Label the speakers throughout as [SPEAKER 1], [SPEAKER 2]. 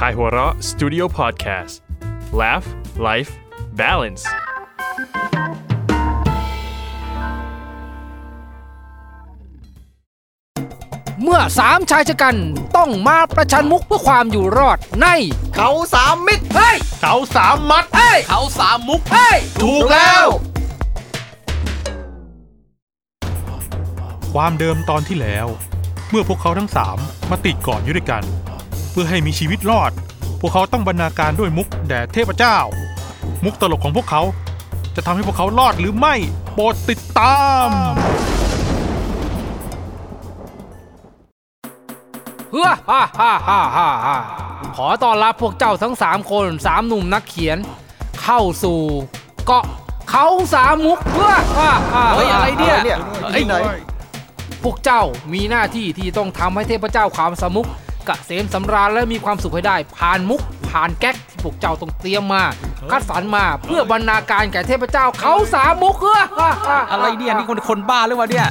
[SPEAKER 1] Kaihura Studio Podcast Laugh Life Balance
[SPEAKER 2] เมื่อสามชายชะกันต้องมาประชันมุกเพื่อความอยู่รอดใน
[SPEAKER 3] เขาสามมิตร
[SPEAKER 2] เฮ้ย
[SPEAKER 3] เขาสามมัด
[SPEAKER 2] เฮ้ย
[SPEAKER 3] เขาสามมุก
[SPEAKER 2] เฮ้ย
[SPEAKER 3] ถูกแล้ว
[SPEAKER 4] ความเดิมตอนที่แล้ว เมื่อพวกเขาทั้งสามมาติดเก่อนอยู่ด้วยกัน เพื่อให้มีชีวิตรอด พวกเขาต้องบรรณาการด้วยมุกแด่เทพเจ้า มุกตลกของพวกเขา จะทำให้พวกเขารอดหรือไม่โปรดติดตาม
[SPEAKER 2] เฮ้อฮ่าฮ่าฮ่าฮ่าฮ่าขอต้อนรับพวกเจ้าทั้งสามคนสามหนุ่มนักเขียน เข้าสู่เกาะเขาสามมุกเฮ้อฮ่าฮ่า
[SPEAKER 3] เฮ้ยอะไรเนี่ย
[SPEAKER 5] ไอ้ไหน
[SPEAKER 2] พวกเจ้ามีหน้าที่ที่ต้องทำให้เทพเจ้าความสามมุกกะเกษมสำราญและมีความสุขให้ได้ ผ่านมุก ผ่านแก๊กที่พวกเจ้าต้องเตรียมมา คัดสรรมาเพื่อบรรณาการแก่เทพเจ้าเขาสามมุกเฮ้อฮ่าฮ่าฮ่า
[SPEAKER 3] อะไรเนี่ยนี่คนคนบ้าหรือวะเนี่ย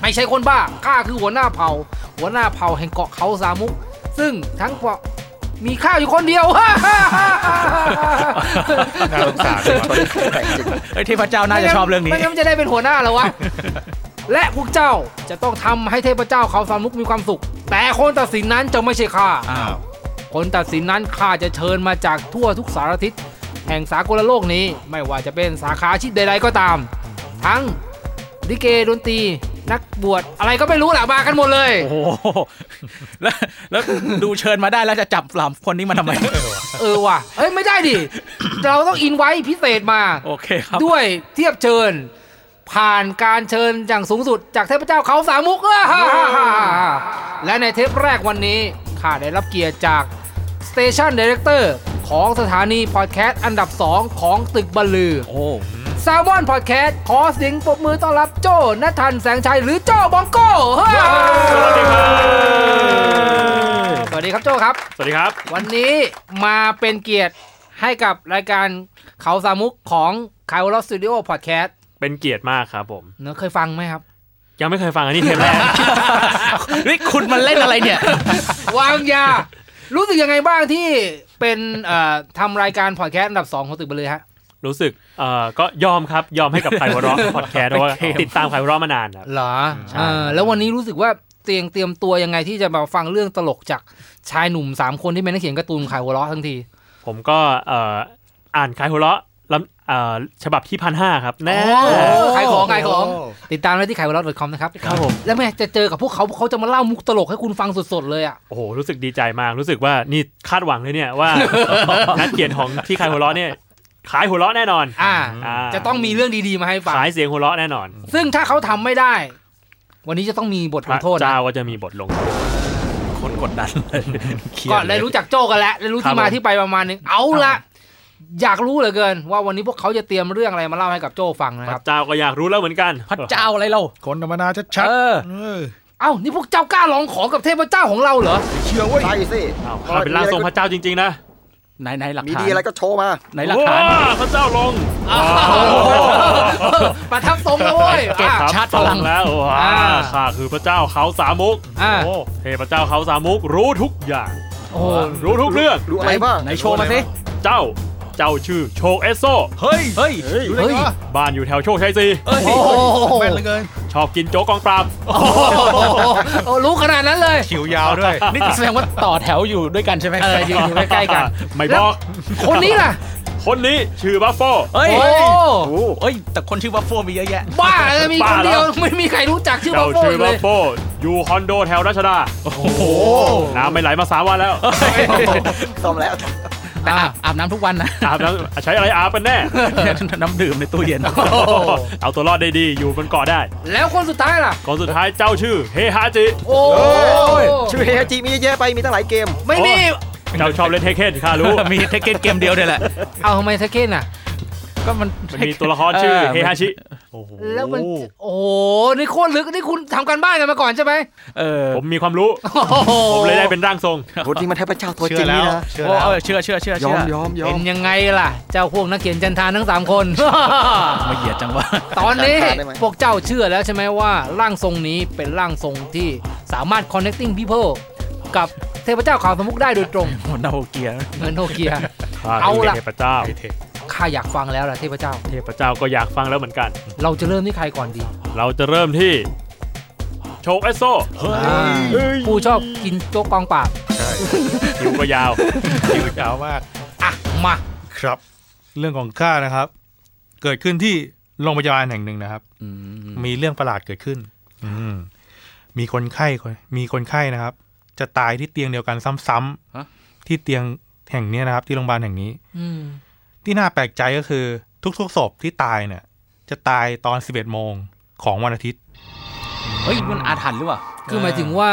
[SPEAKER 2] ไม่ใช่คนบ้า ข้าคือหัวหน้าเผ่า หัวหน้าเผ่าแห่งเกาะเขาสามุก ซึ่งทั้งเกาะมีข้าอยู่คนเดียว
[SPEAKER 4] น่าสงสารเลยว่ะ
[SPEAKER 3] เอ้ยเทพเจ้าน่าจะชอบเรื่องนี้
[SPEAKER 2] ไม่งั้นมันจะได้เป็นหัวหน้าแล้ววะ และพวกเจ้าจะต้องทำให้เทพเจ้าเขาสามุกมีความสุข แต่คนตัดสินนั้นจะไม่ใช่ข้า
[SPEAKER 3] อ้าว
[SPEAKER 2] คนตัดสินนั้นข้าจะเชิญมาจากทั่วทุกสารทิศแห่งสากลโลกนี้ไม่ว่าจะเป็นสาขาอาชีพใด ๆ ก็ตาม ทั้งลิเกดนตรีนักบวชอะไรก็ไม่รู้แหละมากันหมดเลย
[SPEAKER 3] โอ้โหแล้วแล้วดูเชิญมาได้แล้วจะจับสามคนนี้มาทำไม
[SPEAKER 2] เออว่ะเอ้ยไม่ได้ ดิ เราต้องอินไว้พิเศษมา
[SPEAKER 3] โอเคครับ
[SPEAKER 2] ด้วยเทียบเชิญ ผ่านการเชิญอย่างสูงสุดจากเทพเจ้าเขาสามมุกเออฮ่าฮ่าฮ่าฮ่าฮ่าและในเทปแรกวันนี้ข้าได้รับเกียรติจากสเตชันดี r e c เตอร์ของสถานีพอดแคสต์อันดับ 2 ของตึกบรรลือ
[SPEAKER 3] โอ้
[SPEAKER 2] ซาวมอนพอดแคสต์ขอเสียงปรบมือต้อนรับโจนัททันแสงชัยหรือโจบองโก้เฮ้ยสวัสดีครับโจครับ
[SPEAKER 1] สวัสดีครับ
[SPEAKER 2] วันนี้มาเป็นเกียรติให้กับรายการเขาสามุกของคายวอลสตูดิโอพอดแคสต์
[SPEAKER 1] เป็นเกียรติมากครับผม
[SPEAKER 2] เนอะเคยฟังไหมครับ
[SPEAKER 1] ยังไม่เคยฟังอันนี้เทปแรก
[SPEAKER 3] นี่คุณมันเล่นอะไรเนี่ย
[SPEAKER 2] วางยา รู้สึกยังไงบ้างที่เป็นเอ่อทำรายการพอดแคสต์อันดับ 2 ของตึกไปเลยฮะ
[SPEAKER 1] รู้สึกเอ่อก็ยอมครับ ยอมให้กับไคลวอร์ร็อกพอดแคสต์เพราะว่าติดตามไคลวอร์ร็อกมานานครับ
[SPEAKER 2] เหรอเออแล้ววันนี้รู้สึกว่าเตรียมเตรียมตัวยังไงที่จะมาฟังเรื่องตลกจากชายหนุ่ม 3 คนที่เป็นนักเขียนการ์ตูนขายวอลทั้งที
[SPEAKER 1] ผมก็เอ่ออ่านไคลวอร์ร็อกลำเอ่อฉบับที่พันห้าครับแน่
[SPEAKER 2] โอ้ขายของขายของ ติดตามได้ที่ขายวอล .com นะครับ
[SPEAKER 1] ครับผม
[SPEAKER 2] แล้วแม่จะเจอกับพวกเขาพวกเขาจะมาเล่ามุกตลกให้คุณฟังสดๆเลยอ่ะ
[SPEAKER 1] โอ้โห รู้สึกดีใจมาก รู้สึกว่านี่คาดหวังเลยเนี่ยว่า นักเขียนของที่ไคลวอร์ร็อกเนี่ย ขายหัวเราะแน่นอน
[SPEAKER 2] อ่า
[SPEAKER 1] อ่า
[SPEAKER 2] จะต้องมีเรื่องดีๆมาให้ฟัง
[SPEAKER 1] ขายเสียงหัวเราะแน่นอน
[SPEAKER 2] ซึ่งถ้าเขาทำไม่ได้ วันนี้จะต้องมีบท
[SPEAKER 1] พ
[SPEAKER 2] ล
[SPEAKER 1] ระ
[SPEAKER 2] งโทษนะ
[SPEAKER 1] เจ้าก็จะมีบทลงโทษ
[SPEAKER 3] คนกดดันเลยเครียด
[SPEAKER 2] ก่อนเลยรู้จักโจ้กันแล้วได้รู้
[SPEAKER 1] ครับ
[SPEAKER 2] ที่มา
[SPEAKER 1] ผม
[SPEAKER 2] ที่ไปประมาณนึงเอาละอยากรู้เหลือเกิน ว่าวันนี้พวกเขาจะเตรียมเรื่องอะไรมาเล่าให้กับโจ้ฟังนะ
[SPEAKER 1] พ
[SPEAKER 2] ครับ
[SPEAKER 1] ระเจ้าก็อยากรู้แล้วเหมือนกัน
[SPEAKER 3] พระเจ้าอะไรเรา
[SPEAKER 5] คนธรรมดาชัด
[SPEAKER 3] เออ
[SPEAKER 5] ๆเออ
[SPEAKER 2] เอ้านี่พวกเจ้ากล้าร้องขอกับเทพเจ้าของเรา เหรอ
[SPEAKER 5] เชื่อเว้ย
[SPEAKER 6] ใช่สิ
[SPEAKER 1] อ้าวข้าเป็นร่างทรงพระเจ้าจริงๆนะ
[SPEAKER 3] ไหนไหนหลัก
[SPEAKER 6] มี
[SPEAKER 3] ฐาน
[SPEAKER 6] ดีอะไรก็โชว์มา
[SPEAKER 3] ไหนหลักฐาน
[SPEAKER 1] ว้าพระเจ้าลง
[SPEAKER 2] ประทับทรงแล้วเว้ย
[SPEAKER 1] เก็บ
[SPEAKER 2] อ่ะ
[SPEAKER 1] ชาติพลังแล้วว้า
[SPEAKER 2] อ่า
[SPEAKER 1] ข้าคือพระเจ้าเขาสามมุก
[SPEAKER 2] อ่า
[SPEAKER 1] โอ้เทพเจ้าเขาสามมุกรู้ทุกอย่าง
[SPEAKER 2] โอ้โห
[SPEAKER 1] รู้ทุกเรื่อง
[SPEAKER 6] รู้อะไรบ้าง
[SPEAKER 3] ไหนโชว์มาสิ
[SPEAKER 1] เจ้า เจ้าชื่อโชคเอสโซ
[SPEAKER 5] เฮ้ย
[SPEAKER 3] เฮ้ย
[SPEAKER 5] อยู่ได้ไงวะ
[SPEAKER 1] บ้านอยู่แถวโชคชัยซี
[SPEAKER 3] เอ้ย
[SPEAKER 2] โอ้โห
[SPEAKER 5] แม่นเหลือเกิน
[SPEAKER 1] ชอบกินโจ๊กกองปราบ
[SPEAKER 2] โอ้รู้ขนาดนั้นเลย
[SPEAKER 5] คิวยาวด้วย
[SPEAKER 3] นี่แสดงว่าต่อแถวอยู่ด้วยกันใช่ไหม
[SPEAKER 2] เอออยู่อยู่ใกล้ๆกัน
[SPEAKER 1] ไม่บอก
[SPEAKER 2] คนนี้ล่ะ
[SPEAKER 1] คนนี้ชื่อบัฟโฟ
[SPEAKER 3] เอ้ย
[SPEAKER 2] โอ้
[SPEAKER 3] เอ้ยแต่คนชื่อว่าโฟมีเยอะแยะ
[SPEAKER 2] บ้าเลยมีคนเดียวไม่มีใครรู้จักชื่อบั
[SPEAKER 1] เจ้า
[SPEAKER 2] ฟโฟ่
[SPEAKER 1] ชื่อ
[SPEAKER 2] เล
[SPEAKER 1] บั
[SPEAKER 2] ย
[SPEAKER 1] ฟโฟอยู่คอนโดแถวรัชดา โอ้โห น้ำไม่ไหลมาสามวันแล้ว
[SPEAKER 6] ซ่อมแล้ว
[SPEAKER 3] แต่อาบอาบน้ำทุกวันนะ
[SPEAKER 1] อาบน้ำใช้อะไรอาบกันแน่
[SPEAKER 3] น้ำดื่มในตู้เย็น
[SPEAKER 1] เอาตัวรอดได้ดี อยู่บนเกาะได้
[SPEAKER 2] แล้วคนสุดท้ายล่ะ
[SPEAKER 1] ก่อนสุดท้ายเจ้าชื่อเฮฮาจิ
[SPEAKER 2] โอ้
[SPEAKER 6] ชื่อเฮฮาจิมีเยอะแยะไป มีตั้งหลายเกม
[SPEAKER 2] ไม่มี
[SPEAKER 1] เจ้าชอบเล่นเทคเคนข้ารู้
[SPEAKER 3] มีเทคเกนเกมเดียวเนี่ยแหละ
[SPEAKER 2] เอาทำไมเทคเก้นอ่ะ
[SPEAKER 3] ก็มัน
[SPEAKER 1] มันมีตัวละคร ชื่อเฮฮาชิ
[SPEAKER 2] แล้วมัน โอ้โห นี่โคตรลึก นี่คุณทำการบ้านกันมาก่อนใช่ไหม
[SPEAKER 3] เออ
[SPEAKER 1] ผมมีความรู้
[SPEAKER 2] โอ้โห
[SPEAKER 1] ผมเลยได้เป็นร่างทรง
[SPEAKER 6] โหจริงมันแทบพระเจ้าตัว
[SPEAKER 5] เชื่
[SPEAKER 6] จริ
[SPEAKER 5] องแล้ว
[SPEAKER 6] นี่นะ
[SPEAKER 5] เชื่อ
[SPEAKER 3] โอ้
[SPEAKER 5] แล้ว
[SPEAKER 3] เออเชื่อเชื่อเชื่อย
[SPEAKER 6] อ
[SPEAKER 3] เชื่อ
[SPEAKER 6] มยอมยอ
[SPEAKER 2] เป็
[SPEAKER 6] ม
[SPEAKER 2] นยังไงล่ะ เจ้าพวกนักเขียนจันทานทั้ง 3 คน
[SPEAKER 3] มาเหยียดจังวะ
[SPEAKER 2] ตอนนี้พวกเจ้าเชื่อแล้วใช่ไหมว่าร่างทรงนี้เป็นร่างทรงที่สามารถ connecting people กับ เทพเจ้าขาวสมุกได้โดยตรง
[SPEAKER 3] โมนาโอเกียร์
[SPEAKER 2] เหมือนโนเกีย
[SPEAKER 1] ข้า
[SPEAKER 2] เอา
[SPEAKER 1] คือ
[SPEAKER 2] ล่ะ
[SPEAKER 1] เทพเจ้า
[SPEAKER 4] ไอเทค
[SPEAKER 2] ข้าอยากฟังแล้วล่ะเทพเจ้า
[SPEAKER 1] เทพเจ้าก็อยากฟังแล้วเหมือนกัน
[SPEAKER 2] เราจะเริ่มที่ใครก่อนดี
[SPEAKER 1] เราจะเริ่มที่ โชคเอสโซ
[SPEAKER 2] ผู้ชอบกินโจ๊กกองปราบ
[SPEAKER 1] คิวก็ยาว
[SPEAKER 4] คิวยาวมาก
[SPEAKER 2] อ่ะมา
[SPEAKER 4] ครับ เรื่องของข้านะครับ เกิดขึ้นที่โรงพยาบาลแห่งหนึ่งนะครับ
[SPEAKER 3] อืม
[SPEAKER 4] มีเรื่องประหลาดเกิดขึ้น อืม มีคนไข้คนมีคนไข้นะครับ จะตายที่เตียงเดียวกันซ้ำๆที่เตียงแห่งเนี้ยนะครับ ที่โรงพยาบาลแห่งนี้
[SPEAKER 2] อืม
[SPEAKER 4] ที่น่าแปลกใจก็คือ ทุกๆศพที่ตายเนี่ย จะตายตอน 11โมงของวันอาทิตย์
[SPEAKER 3] เฮ้ยมันอาถรรพ์หรือเปล่า
[SPEAKER 2] คือหมายถึงว่า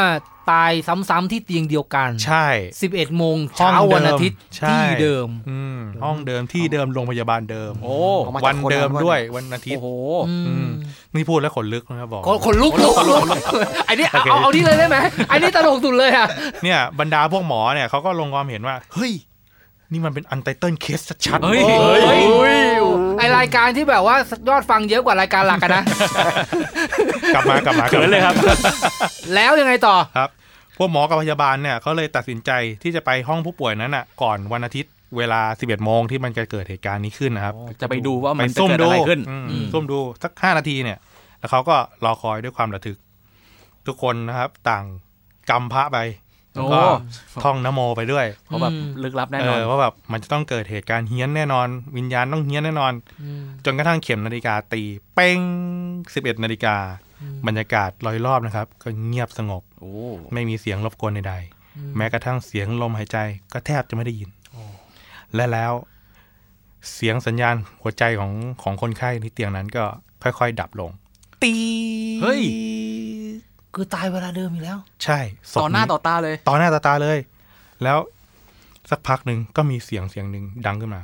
[SPEAKER 2] ตายซ้ำๆที่เตียงเดียวกัน
[SPEAKER 4] ใช่
[SPEAKER 2] 11 โมง
[SPEAKER 4] ห้อ
[SPEAKER 2] เช้าง
[SPEAKER 4] เดิม
[SPEAKER 2] วันอาทิตย์
[SPEAKER 4] ใช่
[SPEAKER 2] ที่เดิม
[SPEAKER 4] อืม ห้องเดิมที่เดิมโรงพยาบาลเดิม
[SPEAKER 3] โอ้
[SPEAKER 6] ออกมาจาก
[SPEAKER 4] วันเดิม
[SPEAKER 6] โคราช
[SPEAKER 4] ด้วยวันอาทิต
[SPEAKER 3] โอ้
[SPEAKER 4] ย์
[SPEAKER 3] โห
[SPEAKER 2] อื
[SPEAKER 4] อื
[SPEAKER 2] ม
[SPEAKER 4] ม นี่พูดแล้วขนลึกนะครับบอก
[SPEAKER 2] คนคนลุกลุกลุกไอ้นี่เอาเอาเอานี่เลยได้ไหมไอ้นี่ตลกสุดเลยอ่ะ
[SPEAKER 4] เนี่ยบรรดาพวกหมอเนี่ยเขาก็ลงความเห็นว่า เฮ้ย นี่มันเป็นอันไตเติลเคสชัดๆ
[SPEAKER 3] เฮ้ย
[SPEAKER 4] โอ้
[SPEAKER 2] เฮ้ย
[SPEAKER 4] โอ้
[SPEAKER 2] ไอรายการที่แบบว่ายอดฟังเยอะกว่ารายการหลัก กันนะ
[SPEAKER 4] กลับมากลับมา
[SPEAKER 1] เขินเลยครับ
[SPEAKER 2] แล้วยังไงต่อ
[SPEAKER 4] ครับ พวกหมอกับพยาบาลเนี่ยเขาเลยตัดสินใจที่จะไปห้องผู้ป่วยนั้นอ่ะ ก่อนวันอาทิตย์เวลา 11โมงที่มันจะเกิดเหตุการณ์นี้ขึ้นนะครับ
[SPEAKER 3] จะไปดูว่า
[SPEAKER 4] ไป
[SPEAKER 3] มันจะ
[SPEAKER 4] ส้ม
[SPEAKER 3] เกิด
[SPEAKER 4] ดู
[SPEAKER 3] อะไรขึ้น
[SPEAKER 4] อืม
[SPEAKER 2] อืม
[SPEAKER 4] ส้มดูสัก 5 นาทีเนี่ย แล้วเขาก็รอคอยด้วยความระทึก ทุกคนนะครับ ต่างกำพระไปแล้วก็
[SPEAKER 3] โอ้
[SPEAKER 4] ท่องนะโมไปด้วย
[SPEAKER 3] เพราะแบบ
[SPEAKER 2] อืม
[SPEAKER 3] ลึกลับแน่
[SPEAKER 4] เอน
[SPEAKER 3] อน
[SPEAKER 4] อว่าแบบมันจะต้องเกิดเหตุการณ์เฮี้ยนแน่นอน วิญญาณต้องเฮี้ยนแน่นอน
[SPEAKER 2] อืม
[SPEAKER 4] จนกระทั่งเข็มนาฬิกาตี เป้ง 11 นาฬิกา
[SPEAKER 2] อืม
[SPEAKER 4] บรรยากาศรอยรอบนะครับ ก็เงียบสงบ
[SPEAKER 3] โอ้
[SPEAKER 4] ไม่มีเสียงรบกวนใดๆ แม้กระทั่งเสียงลมหายใจก็แทบจะไม่ได้ยิน และแล้ว เสียงสัญญาณหัวใจของของคนไข้ที่เตียงนั้นก็ค่อยๆ ดับลง ตี
[SPEAKER 3] เฮ้ย
[SPEAKER 2] คือตายเวลาเดิมอีกแล้ว
[SPEAKER 4] ใช่ศพ
[SPEAKER 3] ต่อหน้าต่อตาเลย
[SPEAKER 4] ต่อหน้าต่อตาเลย แล้วสักพักหนึ่งก็มีเสียงเสียงหนึ่งดังขึ้นมา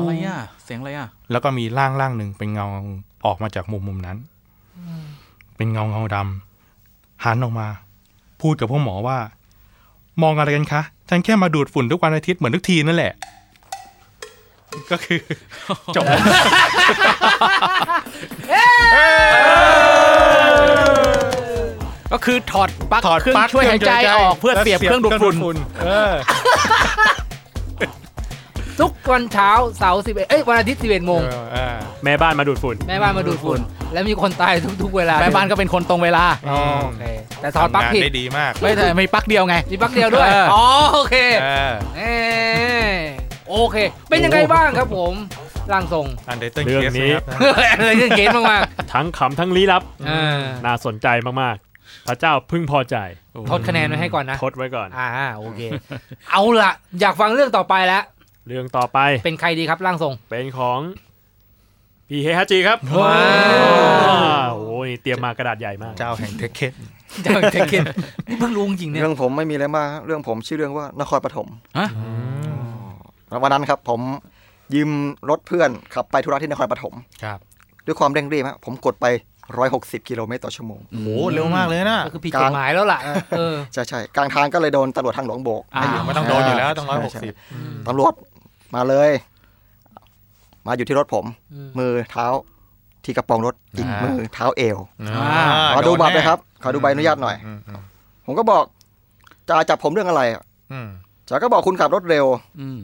[SPEAKER 3] อะไรอ่ะ เสียงอะไรอ่ะ
[SPEAKER 4] แล้วก็มีร่างร่างหนึ่งเป็นเงาออกมาจากมุมมุมนั้น เป็นเงาเงาดำหันออกมา พูดกับพวกหมอว่า มองอะไรกันคะฉันแค่มาดูดฝุ่นทุกวันอาทิตย์เหมือนทุกทีนั่นแหละ ก็ คือ จบ
[SPEAKER 3] ก็คือถอดปลั๊ก
[SPEAKER 4] ถอด
[SPEAKER 3] เครื่อง
[SPEAKER 4] ปลั๊ก
[SPEAKER 3] ช่วยหายใจออกเพื่อ
[SPEAKER 4] แล้ว
[SPEAKER 3] เสียบเครื่องดูดฝุ่น
[SPEAKER 4] เออ
[SPEAKER 2] ทุกวันเช้าเสาร์สิบเอ็ดเอ้ยวันอาทิตย์สิบเอ็ดโมง
[SPEAKER 4] เออ
[SPEAKER 1] แม่บ้านมาดูดฝุ่น
[SPEAKER 2] แม่บ้านมาดูดฝุ่นและมีคนตายทุกๆเวลา
[SPEAKER 3] แม่บ้านก็เป็นคนตรงเวลา
[SPEAKER 4] อ๋อ
[SPEAKER 2] โอเคแต่ถอดปลั๊ก
[SPEAKER 4] ทำงาน
[SPEAKER 2] ผิด
[SPEAKER 4] ได้ดีมาก
[SPEAKER 3] ไม่แต่ไม่ปลั๊กเดียวไง
[SPEAKER 2] มีปลั๊กเดียวด้วย
[SPEAKER 3] เอออ๋
[SPEAKER 2] อ๋อโอเค
[SPEAKER 4] เออ
[SPEAKER 2] เอ้ยโอเค เป็นยังไงบ้างครับผมร่างทรง
[SPEAKER 4] อันเดอร์เตอร์
[SPEAKER 1] เรื่อ
[SPEAKER 4] เค
[SPEAKER 1] ง
[SPEAKER 4] ส
[SPEAKER 1] นี้
[SPEAKER 4] นะครับ
[SPEAKER 2] อะไรเรื่องเกณฑ์มาก
[SPEAKER 1] ทั้งขำทั้งลี้ลับ
[SPEAKER 2] ๆอ่า
[SPEAKER 1] น่าสนใจมากๆ พระเจ้าพึงพอใจ
[SPEAKER 2] ทดคะแนนไว้ให้ก่อนนะ
[SPEAKER 1] ทดไว้ก่อน
[SPEAKER 2] อ่าโอเค เอาล่ะ อยากฟังเรื่องต่อไปแล้ว
[SPEAKER 1] เรื่องต่อไป
[SPEAKER 2] เป็นใครดีครับร่างทรง
[SPEAKER 1] เป็นของพี่เฮฮาจีครับ
[SPEAKER 2] ว้าว
[SPEAKER 1] โอ้โหนี่เตรียมมากระดาษใหญ่มาก
[SPEAKER 4] เจ้าแห่งเทคเคส
[SPEAKER 2] เจ้าเทคเคนนี่เพิ่งรู้จริงๆเนี่ย
[SPEAKER 6] เรื่องผมไม่มีอะไรมากเรื่องผมชื่อเรื่องว่านครปฐม
[SPEAKER 3] ฮะ
[SPEAKER 6] แล้ววันนั้นครับ ผมยืมรถเพื่อนขับไปธุระที่นครปฐม
[SPEAKER 4] ครับ
[SPEAKER 6] ด้วยความเร่งรีบฮะผมกดไป 160 กิโลเมตรต่อชั่วโมง
[SPEAKER 4] โหเร็วมากเลยนะ
[SPEAKER 2] ก็คือผิดกฎหมายแล้วล่ะเออ
[SPEAKER 6] ใช่ใช่กลางทางก็เลยโดนตำรวจทางหลวงโบก
[SPEAKER 3] อ้าว
[SPEAKER 6] ให้หยุด
[SPEAKER 4] ไม่ต้องโดนอยู่แล้วต้องร้อยหก
[SPEAKER 6] ใช่
[SPEAKER 4] สิบ
[SPEAKER 6] ใช่ตำรวจมาเลย มาอยู่ที่รถผม
[SPEAKER 2] อืม
[SPEAKER 6] มือเท้าที่กระโปรงรถอีก
[SPEAKER 4] อ่ามื
[SPEAKER 6] มือเท้าเอว
[SPEAKER 4] อ่า
[SPEAKER 6] ขอดูบัตร
[SPEAKER 4] โน
[SPEAKER 6] ห
[SPEAKER 4] แน่
[SPEAKER 6] นะครับ ขอดูใบอนุญาตหน่อย
[SPEAKER 4] มม
[SPEAKER 6] ผมก็บอกจ่าจับผมเรื่องอะไรอะ
[SPEAKER 4] อืม
[SPEAKER 6] จ่าก็บอกคุณขับรถเร็ว
[SPEAKER 3] อืม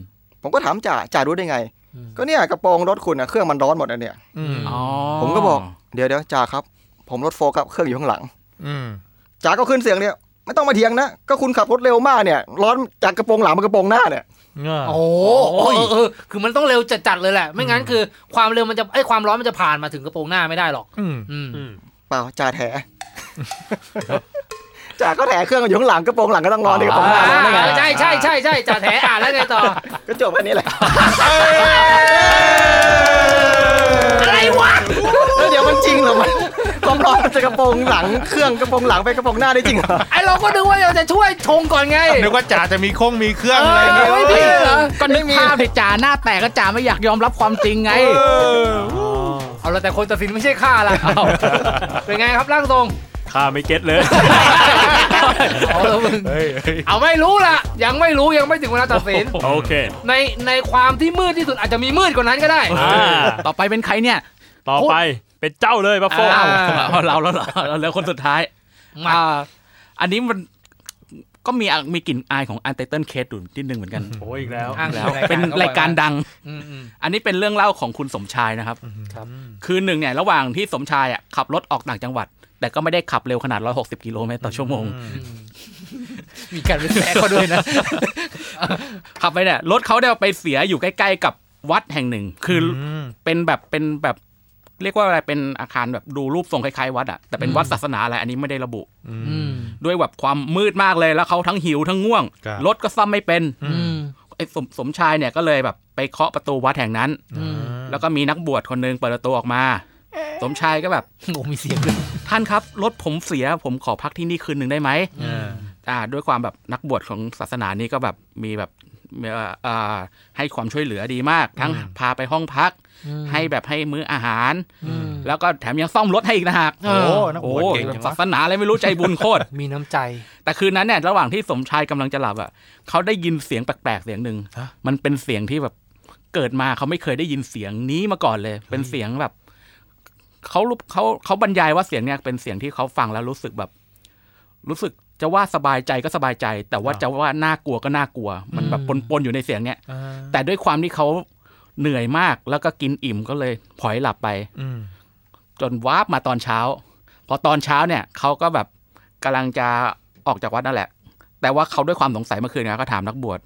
[SPEAKER 6] ผมก็ถามจ่าจ่ารู้ได้ไง
[SPEAKER 2] อืม
[SPEAKER 6] ก็เนี่ยกระโปรงรถคุณอะเครื่องมันร้อนหมดอะเนี่ย
[SPEAKER 4] อืม
[SPEAKER 3] อ๋อ
[SPEAKER 6] ผมก็บอกเดี๋ยวเดี๋ยวจ่าครับ ผมรถโฟกัสเครื่องอยู่ข้างหลัง
[SPEAKER 4] อืม
[SPEAKER 6] จ่าก็ขึ้นเสียงเนี่ยไม่ต้องมาเถียงนะก็คุณขับรถเร็วมากเนี่ย ร้อนจากกระโปรงหลังมากระโปรงหน้าเนี่ย
[SPEAKER 2] โอ้โหเออเออคือมันต้องเร็วจัดๆเลยแหละ ไม่งั้นคือความเร็วมันจะไอ้ยความร้อนมันจะผ่านมาถึงกระโปรงหน้าไม่ได้หรอก
[SPEAKER 4] อืม
[SPEAKER 2] อืม
[SPEAKER 1] อืม
[SPEAKER 6] เปล่าจ่าแถ จ่าก็แถเครื่องอยู่ข้างหลังกระโปรงหลังก็ต้องร้อนในกระโปรงหน้าร้อนได้ไง
[SPEAKER 2] อ่าใช่ใช่ใช่ใช่จ่าแถอ่านแล้วไงต่อ
[SPEAKER 6] ก็จบแค่นี้แหละ
[SPEAKER 2] อะไรวะ
[SPEAKER 6] แล้วเดี๋ยวมันจริงเหรอมันความร้อนมันจะกระโปรงหลังเครื่องกระโปรงหลังไปกระโปรงหน้าได้จริงเหรอ
[SPEAKER 2] ไอ้เราก็นึกว่าเราจะช่วยชงก่อนไง
[SPEAKER 4] นึกว่าจ่าจะมีโค้งมีเครื่อง
[SPEAKER 2] เอ
[SPEAKER 4] อะไร
[SPEAKER 2] อ
[SPEAKER 4] เนี่ย
[SPEAKER 2] ไม่มีเหรอ
[SPEAKER 3] ก็นึกภาพที่จ่าหน้าแตกก็จ่าไม่อยากยอมรับความจริงไง
[SPEAKER 2] เอาละแต่คนตัดสินไม่ใช่ข้าล่ะเป็นไงครับร่างทรง
[SPEAKER 1] ข้าไม่เก็ตเลย
[SPEAKER 2] เอาละมึง
[SPEAKER 4] เฮ้ยเฮ้ย
[SPEAKER 2] เอาไม่รู้ล่ะ ยังไม่รู้ยังไม่ถึงเวลาตัดสิน
[SPEAKER 1] โอเค
[SPEAKER 2] ในในความที่มืดที่สุดอาจจะมีมืดกว่านั้นก็ได้
[SPEAKER 1] อ่า
[SPEAKER 3] ต่อไปเป็นใครเนี่ย
[SPEAKER 1] ต่อไปเป็นเจ้าเลยบัฟโฟ
[SPEAKER 2] อ่า
[SPEAKER 3] เราเราเราเราเราคนสุดท้าย
[SPEAKER 2] มา
[SPEAKER 3] อันนี้มันก็มีอ่ะมีกลิ่นอายของอันเตเติลเคสดูนิดนึงเหมือนกัน
[SPEAKER 1] โอ้อีกแล้ว
[SPEAKER 2] อ้าง
[SPEAKER 3] แล้ว
[SPEAKER 2] ชื่อ
[SPEAKER 3] เป็นรายการดัง
[SPEAKER 2] อืมอืม
[SPEAKER 3] อันนี้เป็นเรื่องเล่าของคุณสมชายนะครับ
[SPEAKER 2] ครับ
[SPEAKER 3] คือหนึ่งเนี่ยระหว่างที่สมชายอ่ะขับรถออกต่างจังหวัด แต่ก็ไม่ได้ขับเร็วขนาด 160 กิโลเมตรต่อชั่วโมง
[SPEAKER 2] มีการไปแซะเขาด้วยนะ
[SPEAKER 3] ขับไปเนี่ยรถเขาได้ไปเสียอยู่ใกล้ ๆ กับวัดแห่งหนึ่ง คืออเป็นแบบเป็นแบบเรียกว่าอะไรเป็นอาคารแบบดูรูปทรงคล้ายๆวัดอ่ะแต่เป็นวัดศาสนาอะไรอันนี้ไม่ได้ระบุ
[SPEAKER 2] อืม
[SPEAKER 3] ด้วยแบบความมืดมากเลยแล้วเขาทั้งหิวทั้งง่วง
[SPEAKER 4] ครับ
[SPEAKER 3] รถก็ซ่อมไม่เป็น
[SPEAKER 2] อืม
[SPEAKER 3] ไอ้สมสมชายเนี่ยก็เลยแบบไปเคาะประตูวัดแห่งนั้น
[SPEAKER 2] อืม
[SPEAKER 3] แล้วก็มีนักบวชคนหนึงเปิดประตูออกมา สมชายก็แบบ
[SPEAKER 2] โอ้มีเสียงด้วย
[SPEAKER 3] ท่านครับรถผมเสียผมขอพักที่นี่คืนหนึ่งได้ไหมอ่าด้วยความแบบนักบวชของศาสนานี้ก็แบบมีแบบมีเอ่ออ่าให้ความช่วยเหลือดีมาก ทั้งพาไปห้องพัก ให้แบบให้มื้ออาหาร
[SPEAKER 2] อืม
[SPEAKER 3] แล้วก็แถมยังซ่อมรถให้อีกนะฮะ
[SPEAKER 4] โอ้โหนักบ
[SPEAKER 3] โอ้
[SPEAKER 4] วชเก่ง
[SPEAKER 3] แบ
[SPEAKER 4] จั
[SPEAKER 3] บศาว
[SPEAKER 4] งะ
[SPEAKER 3] สนาอะไรไม่รู้ใจบุญโคตร
[SPEAKER 2] มีน้ำใจ
[SPEAKER 3] แต่คืนนั้นเนี่ยระหว่างที่สมชายกำลังจะหลับอ่ะเขาได้ยินเสียงแปลกๆเสียงหนึ่งมันเป็นเสียงที่แบบเกิดมาเขาไม่เคยได้ยินเสียงนี้มาก่อนเลย เป็นเสียงแบบเขารู้เขาเขาบรรยายว่าเสียงเนี่ยเป็นเสียงที่เขาฟังแล้วรู้สึกแบบ รู้สึกจะว่าสบายใจก็สบายใจ แต่ว่าจะว่าน่ากลัวก็น่ากลัว มันแบบปนๆอยู่ในเสียงเนี่ยแต่ด้วยความที่เขาเหนื่อยมากแล้วก็กินอิ่มก็เลยผลอยหลับไป
[SPEAKER 4] อืม
[SPEAKER 3] จนวาร์ปมาตอนเช้า พอตอนเช้าเนี่ยเขาก็แบบกำลังจะออกจากวัดนั่นแหละ แต่ว่าเขาด้วยความสงสัยเมื่อคืนนะก็ถามนักบวช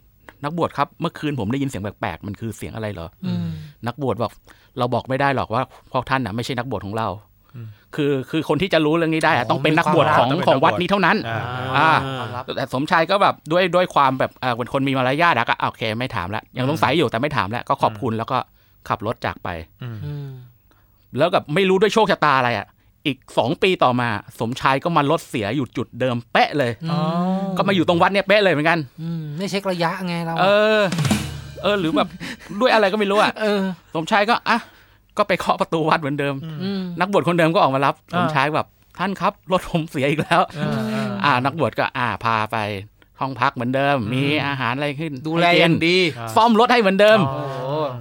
[SPEAKER 3] นักบวชครับเมื่อคืนผมได้ยินเสียงแปลกๆมันคือเสียงอะไรเหรออนักบวชบอกเราบอกไม่ได้หรอกว่าพวกท่านน่ะไม่ใช่นักบวชของเรา คือคือคนที่จะรู้เรื่องนี้ได้อะต้องเป็นนักบวชของ
[SPEAKER 4] ต้องเป็นนัก
[SPEAKER 3] ข
[SPEAKER 4] บวช
[SPEAKER 3] องวัดนี้เท่านั้น
[SPEAKER 4] อ่า
[SPEAKER 1] ค
[SPEAKER 3] อ่า
[SPEAKER 1] วามลับ
[SPEAKER 3] แต่สมชายก็แบบด้วยด้วยความแบบเอ่อเป็นคนมีมารยาทอะก็อ่ะโอเคไม่ถามแล้วยังสงสัยอยู่แต่ไม่ถามแล้วก็ขอบคุณแล้วก็ขับรถจากไป
[SPEAKER 2] อืม
[SPEAKER 3] แล้วกับไม่รู้ด้วยโชคชะตาอะไรอ่ะ อีกสองปีต่อมา สมชายก็มารถเสียอยู่จุดเดิมเป๊ะเลย ก็มาอยู่ตรงวัดเนี่ยเป๊ะเลยเหมือนกัน
[SPEAKER 2] อืมไม่เช็คระยะไงเรา
[SPEAKER 3] เออ เออ หรือแบบ ด้วยอะไรก็ไม่รู้อ่ะ
[SPEAKER 2] เออ
[SPEAKER 3] สมชายก็อ่ะก็ไปเคาะประตูวัดเหมือนเดิม
[SPEAKER 2] อืม
[SPEAKER 3] นักบวชคนเดิมก็ออกมารับ สมชายแบบท่านครับรถผมเสียอีกแล้ว อ่า นักบวชก็อ่าพาไปห้องพักเหมือนเดิม มีอาหารอะไรขึ้น
[SPEAKER 2] ดูแลอ
[SPEAKER 3] ให้กิ
[SPEAKER 2] ย่าน งดี
[SPEAKER 3] ซ่อมรถให้เหมือนเดิม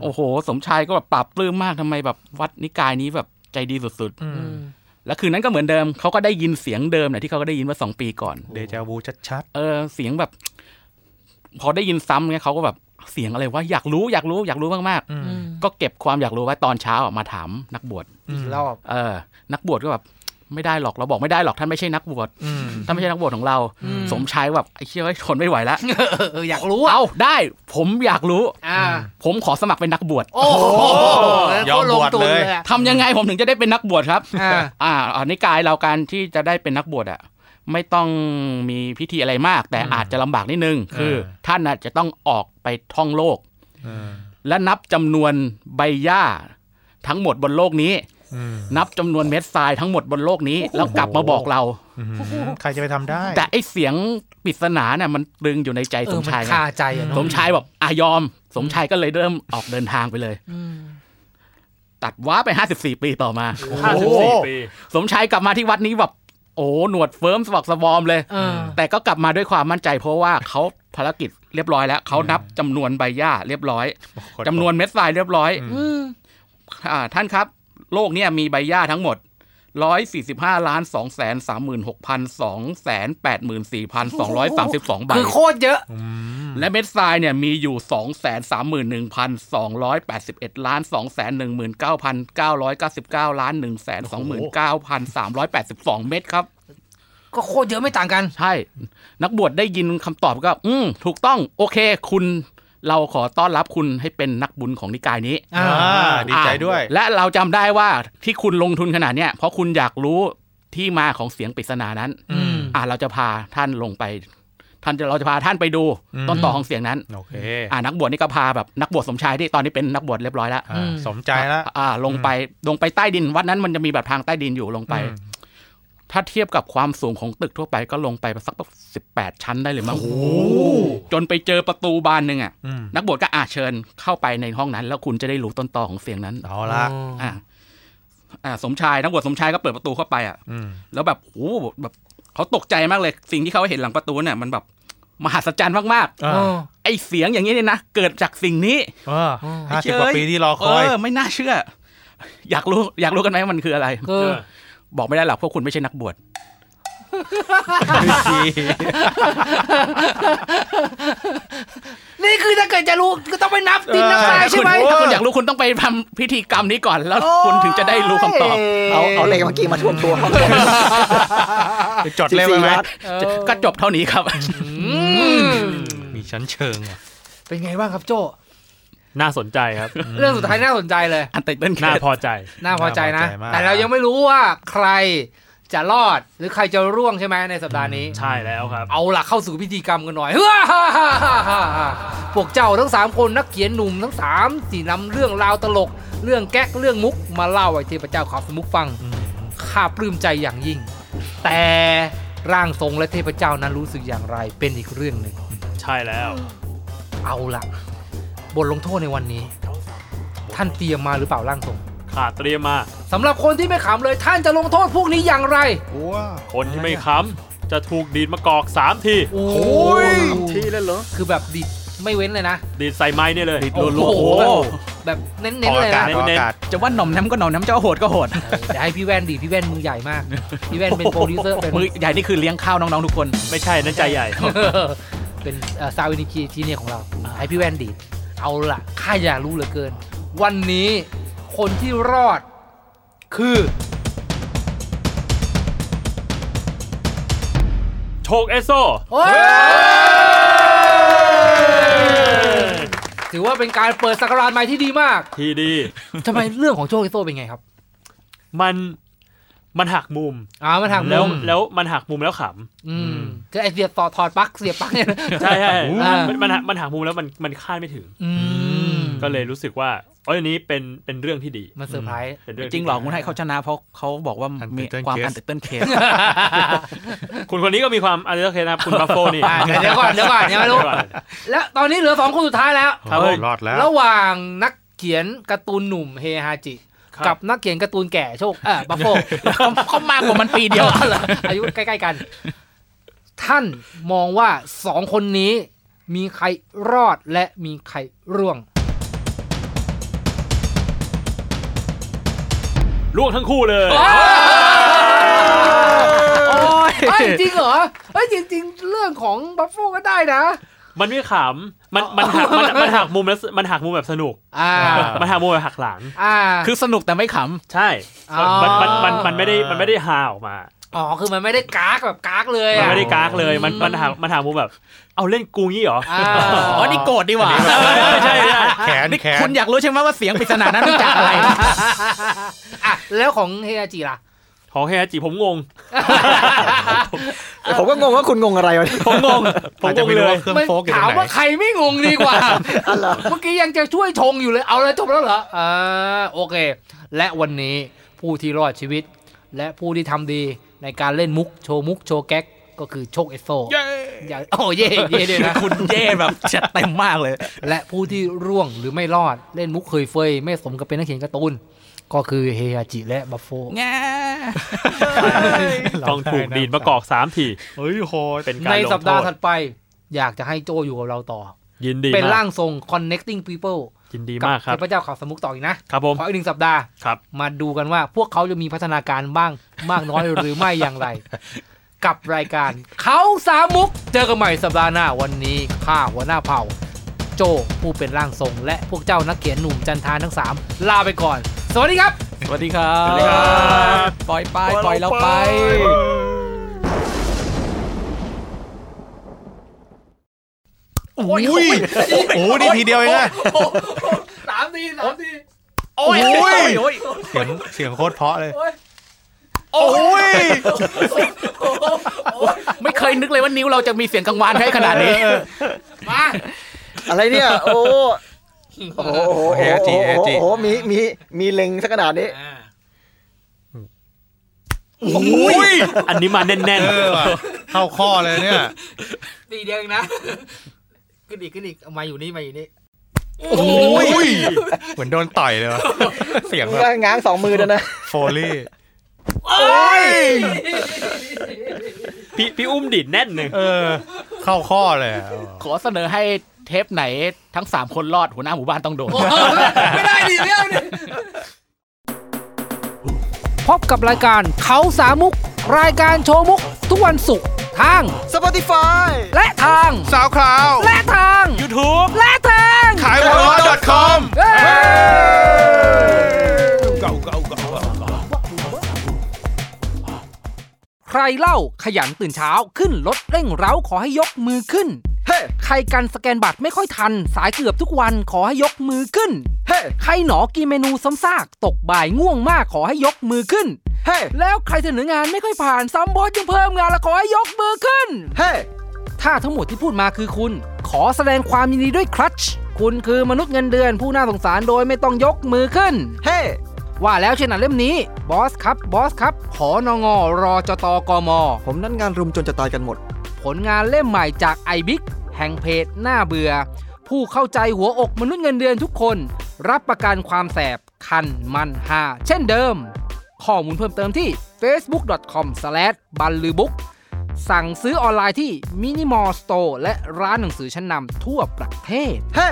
[SPEAKER 2] โอ้โห
[SPEAKER 3] โอ้โห สมชายก็แบบปราบปลื้มมากทำไมแบบวัดนิกายนี้แบบใจดีสุดๆ
[SPEAKER 2] อืม
[SPEAKER 3] แล้วคืนนั้นก็เหมือนเดิมเขาก็ได้ยินเสียงเดิมเนี่ยที่เขาก็ได้ยินมาสองปีก่อน
[SPEAKER 4] เดจาวูชัด
[SPEAKER 3] เออเสียงแบบ พอได้ยินซ้ำเนี่ยเขาก็แบบเสียงอะไรวะอยากรู้อยากรู้อยากรู้มาก
[SPEAKER 2] อืม
[SPEAKER 3] ๆก็เก็บความอยากรู้ไว้ตอนเช้าอะมาถามนักบวช
[SPEAKER 2] อีกรอบ
[SPEAKER 3] เออ นักบวชก็แบบไม่ได้หรอกเราบอกไม่ได้หรอกท่านไม่ใช่นักบวช
[SPEAKER 4] ๆอืม
[SPEAKER 3] ท่านไม่ใช่นักบวชของเรา สมชายแบบไอ้เชี่ยเอ้ยทนไม่ไหวแล้ว
[SPEAKER 2] เอออยากรู้อ่ะ
[SPEAKER 3] เอาได้ ผมอยากรู้
[SPEAKER 2] อ่า
[SPEAKER 3] ผมขอสมัครเป็นนักบวช
[SPEAKER 2] โอ้โห
[SPEAKER 4] ยอม
[SPEAKER 2] โคตรลงทุน
[SPEAKER 4] บวชเลย
[SPEAKER 2] อะ
[SPEAKER 3] ทำยังไงผมถึงจะได้เป็นนักบวชครับ
[SPEAKER 2] อ่า
[SPEAKER 3] อ่าอ่านิกายเราการที่จะได้เป็นนักบวชอ่ะไม่ต้องมีพิธีอะไรมาก แต่อาจจะลำบากนิดนึง คือ ท่านน่ะจะต้องออกไปท่องโลก และนับจำนวนใบหญ้าทั้งหมดบนโลกนี้ นับจำนวนเม็ดทรายทั้งหมดบนโลกนี้ แล้วกลับมาบอกเรา
[SPEAKER 4] ใครจะไปทำได้
[SPEAKER 3] แต่ไอเสียงปริศนาเนี่ยมันตรึงอยู่ในใจ
[SPEAKER 2] เอ
[SPEAKER 3] ส
[SPEAKER 2] อ
[SPEAKER 3] ม
[SPEAKER 2] มัน
[SPEAKER 3] ชายนะ
[SPEAKER 2] คาใจอะเนอะ
[SPEAKER 3] สมชายแบบอายอม สมชายก็เลยเริ่มออกเดินทางไปเลย
[SPEAKER 2] อืม
[SPEAKER 3] ตัดว้าไป 54 ปีต่อมา
[SPEAKER 1] ห้าสิบสี่ปี
[SPEAKER 3] สมชายกลับมาที่วัดนี้แบบโอ้หนวดเฟิร์มสวักสะบอมเลย
[SPEAKER 2] เออ
[SPEAKER 3] แต่ก็กลับมาด้วยความมั่นใจ เพราะว่าเขาภารกิจเรียบร้อยแล้วเขานับจำนวนใบหญ้าเรียบร้อยจำนวนเม็ดทรายเรียบร้อยอ่าท่านครับ โลกเนี่ยมีใบหญ้าทั้งหมด 145ล้าน2 3 6 2 8 4 2 3 2 ใบ
[SPEAKER 2] คือโคตรเยอะ
[SPEAKER 3] และเม็ดทรายเนี่ยมีอยู่ 231,281 ล้าน 219,999 ล้าน 129,382 เม็ดครับ
[SPEAKER 2] ก็โคตรเยอะไม่ต่างกัน
[SPEAKER 3] ใช่ นักบวชได้ยินคำตอบก็ อืม ถูกต้อง โอเค คุณ เราขอต้อนรับคุณให้เป็นนักบุญของนิกายนี้
[SPEAKER 2] อ่า
[SPEAKER 4] ดีใจด้วย
[SPEAKER 3] อ่าและเราจำได้ว่าที่คุณลงทุนขนาดเนี้ย เพราะคุณอยากรู้ที่มาของเสียงปริศนานั้น
[SPEAKER 2] อืม
[SPEAKER 3] อ่า เราจะพาท่านลงไป ท่านจะเราจะพาท่านไปดู ต้นต่อของเสียงนั้น
[SPEAKER 4] โอเค
[SPEAKER 3] อ่านักบวชนี่ก็พาแบบนักบวชสมชายที่ตอนนี้เป็นนักบวชเรียบร้อยแล้ว
[SPEAKER 4] อ่าสมใจแล้ว
[SPEAKER 3] อ่าลงไปลงไปใต้ดินวัดนั้นมันจะมีแบบทางใต้ดินอยู่ลงไป
[SPEAKER 4] อืม
[SPEAKER 3] ถ้าเทียบกับความสูงของตึกทั่วไปก็ลงไปสักแบบสิบแปดชั้นได้เลยมั้งจนไปเจอประตูบานหนึ่งอ่ะ
[SPEAKER 4] อืม
[SPEAKER 3] นักบวชก็อาเชิญเข้าไปในห้องนั้น แล้วคุณจะได้รู้ต้นตอของเสียงนั้น
[SPEAKER 4] เอาละ
[SPEAKER 3] อ่าอ่าสมชายนักบวชสมชายก็เปิดประตูเข้าไปอ่ะ
[SPEAKER 4] อืม
[SPEAKER 3] แล้วแบบโอ้โหแบบเขาตกใจมากเลย สิ่งที่เขาเห็นหลังประตูเนี่ยมันแบบมหัศจรรย์มาก
[SPEAKER 4] อ่า
[SPEAKER 3] ๆไอเสียงอย่างนี้เนี่ยนะเกิดจากสิ่งนี้
[SPEAKER 4] อ่าห้าสิบกว่าปีที่รอคอ
[SPEAKER 3] เอ
[SPEAKER 4] ย
[SPEAKER 3] อไม่น่าเชื่อ อยากรู้อยากรู้กันไหมว่ามันคืออะไร
[SPEAKER 2] คือ
[SPEAKER 1] เออ
[SPEAKER 3] บอกไม่ได้หรอกพวกคุณไม่ใช่นักบวช
[SPEAKER 2] นี่คือถ้าเกิดจะรู้ก็ต้องไปนับดินนับทรายใช่ไหม
[SPEAKER 3] ถ้าคุณอยากรู้คุณต้องไปทำพิธีกรรมนี้ก่อน แล้วคุณถึงจะได้รู้คำตอบ
[SPEAKER 6] เอาเอาเลขเมื่อกี้มาท่วมตัว
[SPEAKER 5] จะจด
[SPEAKER 6] สิบ
[SPEAKER 5] เล่ม
[SPEAKER 6] สี่
[SPEAKER 5] ไหม
[SPEAKER 6] ล้าน
[SPEAKER 3] ก็จบเท่านี้ครับ
[SPEAKER 4] มีชั้นเชิงอะ
[SPEAKER 2] เป็นไงบ้างครับโจ
[SPEAKER 1] น่าสนใจครับ
[SPEAKER 2] เรื่องสุดท้ายน่าสนใจเลย
[SPEAKER 3] อันเตอร์เต้นแค
[SPEAKER 1] น่า
[SPEAKER 3] ส
[SPEAKER 1] พอใจ
[SPEAKER 2] น่าพอใจนะ
[SPEAKER 5] น่าพอใจมาก
[SPEAKER 2] แต่เรายังไม่รู้ว่าใครจะรอดหรือใครจะร่วงใช่ไหมในสัปดาห์นี้
[SPEAKER 1] ใช่แล้วครับ
[SPEAKER 2] เอาล่ะเข้าสู่พิธีกรรมกันหน่อย พวกเจ้าทั้ง 3 คนนักเขียนหนุ่มทั้ง3ที่นำเรื่องราวตลก เรื่องแก๊กเรื่องมุกมาเล่าให้เทพเจ้าขับสมุกฟัง ข้าปลื้มใจอย่างยิ่ง แต่ร่างทรงและเทพเจ้านั้นรู้สึกอย่างไรเป็นอีกเรื่องหนึ่ง
[SPEAKER 1] ใช่แล้ว
[SPEAKER 2] เอาล่ะ บทลงโทษในวันนี้ ท่านเตรียมมาหรือเปล่าร่างทรง
[SPEAKER 1] ขาดเตรียมมา
[SPEAKER 2] สำหรับคนที่ไม่ขำเลยท่านจะลงโทษพวกนี้อย่างไร
[SPEAKER 5] ว้า
[SPEAKER 1] คนที่ไม่ค้ำจะถูกดีดมากอกสามที
[SPEAKER 2] โอ้
[SPEAKER 5] ย
[SPEAKER 2] ทีเลยเหรอคือแบบดิดไม่เว้นเลยนะ
[SPEAKER 1] ดีดใส่ไม้เนี่ยเลย
[SPEAKER 3] ดีดรัวๆ
[SPEAKER 2] โอ้โห
[SPEAKER 1] อ้ห
[SPEAKER 2] แบบเน้
[SPEAKER 5] ต่อน
[SPEAKER 2] ๆเลย
[SPEAKER 5] อากาศ
[SPEAKER 2] นะ
[SPEAKER 5] ต่ออากาศ
[SPEAKER 3] จะว่าหน่อมน้ำก็หน่อมน้ำจะว่าโหดก็โห ด
[SPEAKER 2] เดี๋ยวให้พี่แว่นดีดพี่แว่นมือใหญ่มาก พี่แว่นเป็นโปรดิวเซอร์เป็น
[SPEAKER 3] มือใหญ่นี่คือเลี้ยงข้าวน้องๆทุกคน
[SPEAKER 1] ไม่ใช่นั่นใจใหญ่
[SPEAKER 2] เป็นซาวินิคีทีเนี่ยของเรา ให้พี่แว่นดีดเอาล่ะข้าอยากรู้เหลือเกิน วันนี้คนที่รอดคือ
[SPEAKER 1] โชคเอสโซ
[SPEAKER 2] ถือว่าเป็นการเปิดสักราชใหม่ที่ดีมาก
[SPEAKER 1] ทีดี
[SPEAKER 2] ทำไมเรื่องของโชคอิโซเป็นไงครับ
[SPEAKER 1] มันมันหักมุม
[SPEAKER 2] อ่ามันทาง
[SPEAKER 1] แล้ว
[SPEAKER 2] มุม
[SPEAKER 1] แล้วมันหักมุมแล้วข
[SPEAKER 2] อืมคือไอเสียบต่อถอดปลั๊กเสียบปลั๊กเนี่ยนะ
[SPEAKER 1] ำ ใช่ใช่
[SPEAKER 2] อ่ามั
[SPEAKER 1] มันมันหักมันหักมุมแล้วมันมันคาดไม่ถึง
[SPEAKER 2] อืม
[SPEAKER 1] ก็เลยรู้สึกว่าเอ้ยอันนี้เป็นเป็นเรื่องที่ดี
[SPEAKER 2] มันเซอร์ไพรส์
[SPEAKER 1] เป็นเรื่องที่
[SPEAKER 3] จริงเหรอคุณให้เขาชนะเพราะเขาบอกว่ามี
[SPEAKER 5] Uncertain
[SPEAKER 3] ความ
[SPEAKER 5] case
[SPEAKER 3] อันเตอร์เต้นเคส
[SPEAKER 1] คุณคนนี้ก็มีความอันเดอร์เคนะครับคุณบัฟโฟนี่
[SPEAKER 2] อ่าเดี๋ยวก่อนเดี๋ยวก่อนยังไม่รู้ และตอนนี้เหลือสองคนสุดท้ายแล้ว
[SPEAKER 5] ครับผมรอดแล้ว
[SPEAKER 2] ระหว่างนักเขียนการ์ตูนหนุ่มเฮฮาจิ
[SPEAKER 1] กั
[SPEAKER 2] กั
[SPEAKER 1] บบ
[SPEAKER 2] นักเขียนการ์ตูนแก่โชคเอ อบัฟโฟ
[SPEAKER 3] เขามากกว่ามันปีเดียว
[SPEAKER 2] เหรอ อายุใกล้ๆกัน ท่านมองว่าสองคนนี้ มีใครรอดและมีใครร่วง
[SPEAKER 1] ล่วงทั้งคู่เลย
[SPEAKER 2] โอ้ยจริงเหรอเอ้ยจริง ๆ เรื่องของบัฟโฟก็ได้นะ
[SPEAKER 1] มันไม่ขำมันมันหักมันมันหักมุมแล้วมันหักมุมแบบสนุก
[SPEAKER 2] อ่า
[SPEAKER 1] มันหักมุมแบบหักหลัง
[SPEAKER 2] อ่า
[SPEAKER 3] คือสนุกแต่ไม่ข
[SPEAKER 1] ใช่
[SPEAKER 2] อ๋อ
[SPEAKER 1] มันมันมันมันไม่ได้มันไม่ได้ฮาออกมา
[SPEAKER 2] อ๋อ คือมันไม่ได้กากแบบกากเลย
[SPEAKER 1] มัน
[SPEAKER 2] อ่ะ
[SPEAKER 1] ไม่ได้กากเลย มันมันหักมันหักมุมแบบ เอาเล่นกูงี้เหรอ
[SPEAKER 2] อ่า
[SPEAKER 3] ำอ๋อนี่โกรธดีหว่า
[SPEAKER 1] ใช่ใช่
[SPEAKER 5] แขนแข
[SPEAKER 3] คุ
[SPEAKER 5] น
[SPEAKER 3] ณอยากรู้ใช่ไหมว่าเสียงปริศนานั้นมาจากอะไร
[SPEAKER 2] อ่ะ แล้วของเฮียจิล่ะ
[SPEAKER 1] ของเฮฮาจิผมงง
[SPEAKER 6] แต่ผมก็งงว่าคุณงงอะไรวะเนี่ย
[SPEAKER 1] ผม งง ผม
[SPEAKER 5] อาจ
[SPEAKER 1] ง
[SPEAKER 5] จะ
[SPEAKER 1] ง
[SPEAKER 5] ไม่
[SPEAKER 1] เล
[SPEAKER 5] รู้
[SPEAKER 1] ย
[SPEAKER 5] ว่าเครื่อง
[SPEAKER 2] ไม่
[SPEAKER 5] โฟกอยู่ตร
[SPEAKER 2] ถาม
[SPEAKER 5] งไหน
[SPEAKER 2] ว่าใครไม่งงดีกว่า เมื่อกี้ยังจะช่วยชงอยู่เลย เอาแล้วจบแล้วเหรอ อ่า โอเค และวันนี้ผู้ที่รอดชีวิต และผู้ที่ทำดีในการเล่นมุก โชว์มุก โชว์แก๊ก ก็คือโชคเอสโซอย่าโอ้เย่เย่ด้วยนะ
[SPEAKER 3] คุณเย่แบบ จัดเต็มมากเลย
[SPEAKER 2] และผู้ที่ร่วงหรือไม่รอดเล่นมุกเคยเฟยไม่สมกับเป็นนักเขียนการ์ตูน ก็คือเฮฮาจิและบัฟโฟ
[SPEAKER 3] แง่
[SPEAKER 1] ต้องถูกดีดมากอกสามที
[SPEAKER 5] เฮ้ยโหด
[SPEAKER 1] เป็นการ
[SPEAKER 2] ใน
[SPEAKER 1] ลง
[SPEAKER 2] สัป
[SPEAKER 1] โท
[SPEAKER 2] ดาห์
[SPEAKER 1] ษ
[SPEAKER 2] ถัดไป อยากจะให้โจอยู่กับเราต่อ
[SPEAKER 1] ยินดี
[SPEAKER 2] เป็น
[SPEAKER 1] มา
[SPEAKER 2] ร่าก งทรง connecting people
[SPEAKER 1] ยินดี
[SPEAKER 2] กั
[SPEAKER 1] มากครับ
[SPEAKER 2] เทพเจ้าข่าวสมุกต่ออีกนะ
[SPEAKER 1] ครับผม
[SPEAKER 2] ขออีกหนึ่งสัปดาห์
[SPEAKER 1] ครับ
[SPEAKER 2] มาดูกันว่าพวกเขาจะมีพัฒนาการบ้าง มากน้อยหรือไม่อย่างไร กับรายการเขาสามมุก เจอกันใหม่สัปดาห์หน้าวันนี้ข้าหัวหน้าเผ่า โจผู้เป็นร่างทรง และพวกเจ้านักเขียนหนุ่มจันทานทั้ง 3 ลาไปก่อน สวัสดีครับ
[SPEAKER 3] สวัสดีครับ ปล่อยไป ปล่อยเราไป
[SPEAKER 5] อุ้ย โอ้โหนี่ทีเดียวเองอะ
[SPEAKER 2] สามทีสามที
[SPEAKER 3] โอ้ยโอ้ยโอ้ย
[SPEAKER 5] เสียงเสียงโคตรเพราะเลย
[SPEAKER 3] โอ้ย ไม่เคยนึกเลยว่านิ้วเราจะมีเสียงกังวานให้ขนาดนี้
[SPEAKER 2] มา
[SPEAKER 6] อะไรเนี่ย โอ้โอ้โหโอ้โห
[SPEAKER 5] เอจิเอจิ
[SPEAKER 6] โอ้โหมีมีมีเล็งสักขนาดนี้
[SPEAKER 1] อันนี้มาแน่น
[SPEAKER 5] เออว่ะเข้าข้อเลยเนี่ย
[SPEAKER 2] ตีเดียวเองนะ ขึ้นอีกขึ้นอีกเอามาอยู่นี่มาอยู่นี่
[SPEAKER 5] โอ้ย เหมือนโดนต่อยเลยว่ะเสียงแบบ
[SPEAKER 6] ก็ง้างสองมือนะนะ
[SPEAKER 5] โฟลี่
[SPEAKER 1] ๆ พี่พี่อุ้มดีดแน่นหนึ่ง
[SPEAKER 5] เออ เข้าข้อเลยอะ
[SPEAKER 3] ขอเสนอให้เทปไหนทั้ง 3 คนรอดหัวหน้าหมู่บ้านต้องโดน
[SPEAKER 2] ไม่ได้ดิเรื่องนี้พบกับรายการเขาสามมุก รายการโชว์มุก ทุกวันศุกร์ทาง
[SPEAKER 6] Spotify
[SPEAKER 2] และทาง
[SPEAKER 5] สาวคลาว
[SPEAKER 2] และทาง
[SPEAKER 1] YouTube
[SPEAKER 2] และทาง
[SPEAKER 5] ขายหัวล้อ .com
[SPEAKER 2] เอ้ยใครเล่าขยันตื่นเช้าขึ้นรถเร่งเร้าขอให้ยกมือขึ้น
[SPEAKER 6] เฮ้
[SPEAKER 2] ใครกันสแกนบัตรไม่ค่อยทัน สายเกือบทุกวันขอให้ยกมือขึ้น
[SPEAKER 6] เฮ้
[SPEAKER 2] ใครหนอกินเมนูซ้ำซากตกบ่ายง่วงมากขอให้ยกมือขึ้น
[SPEAKER 6] เฮ้
[SPEAKER 2] แล้วใครเสนองานไม่ค่อยผ่านซ้ำบอสยังเพิ่มงานและขอให้ยกมือขึ้น
[SPEAKER 6] เฮ้
[SPEAKER 2] ถ้าทั้งหมดที่พูดมาคือคุณ ขอแสดงความยินดีด้วยครัช คุณคือมนุษย์เงินเดือนผู้น่าสงสารโดยไม่ต้องยกมือขึ้น
[SPEAKER 6] เฮ้
[SPEAKER 2] ว่าแล้วเช่นหนังเล่มนี้ บอสครับบอสครับขอนงรอจตกม
[SPEAKER 6] ผมนั่นงานรุมจนจะตายกันหมด
[SPEAKER 2] ผลงานเล่มใหม่จากไอบิกแห่งเพจหน้าเบื่อ ผู้เข้าใจหัวอกมนุษย์เงินเดือนทุกคน รับประกันความแสบคันมันหา เช่นเดิม ข้อมูลเพิ่มเติมที่ facebook.com s l a s h บันลือบุ๊กสั่งซื้อออนไลน์ที่มินิมอลสโตร์และร้านหนังสือชั้นนำทั่วประเทศ
[SPEAKER 6] เฮ้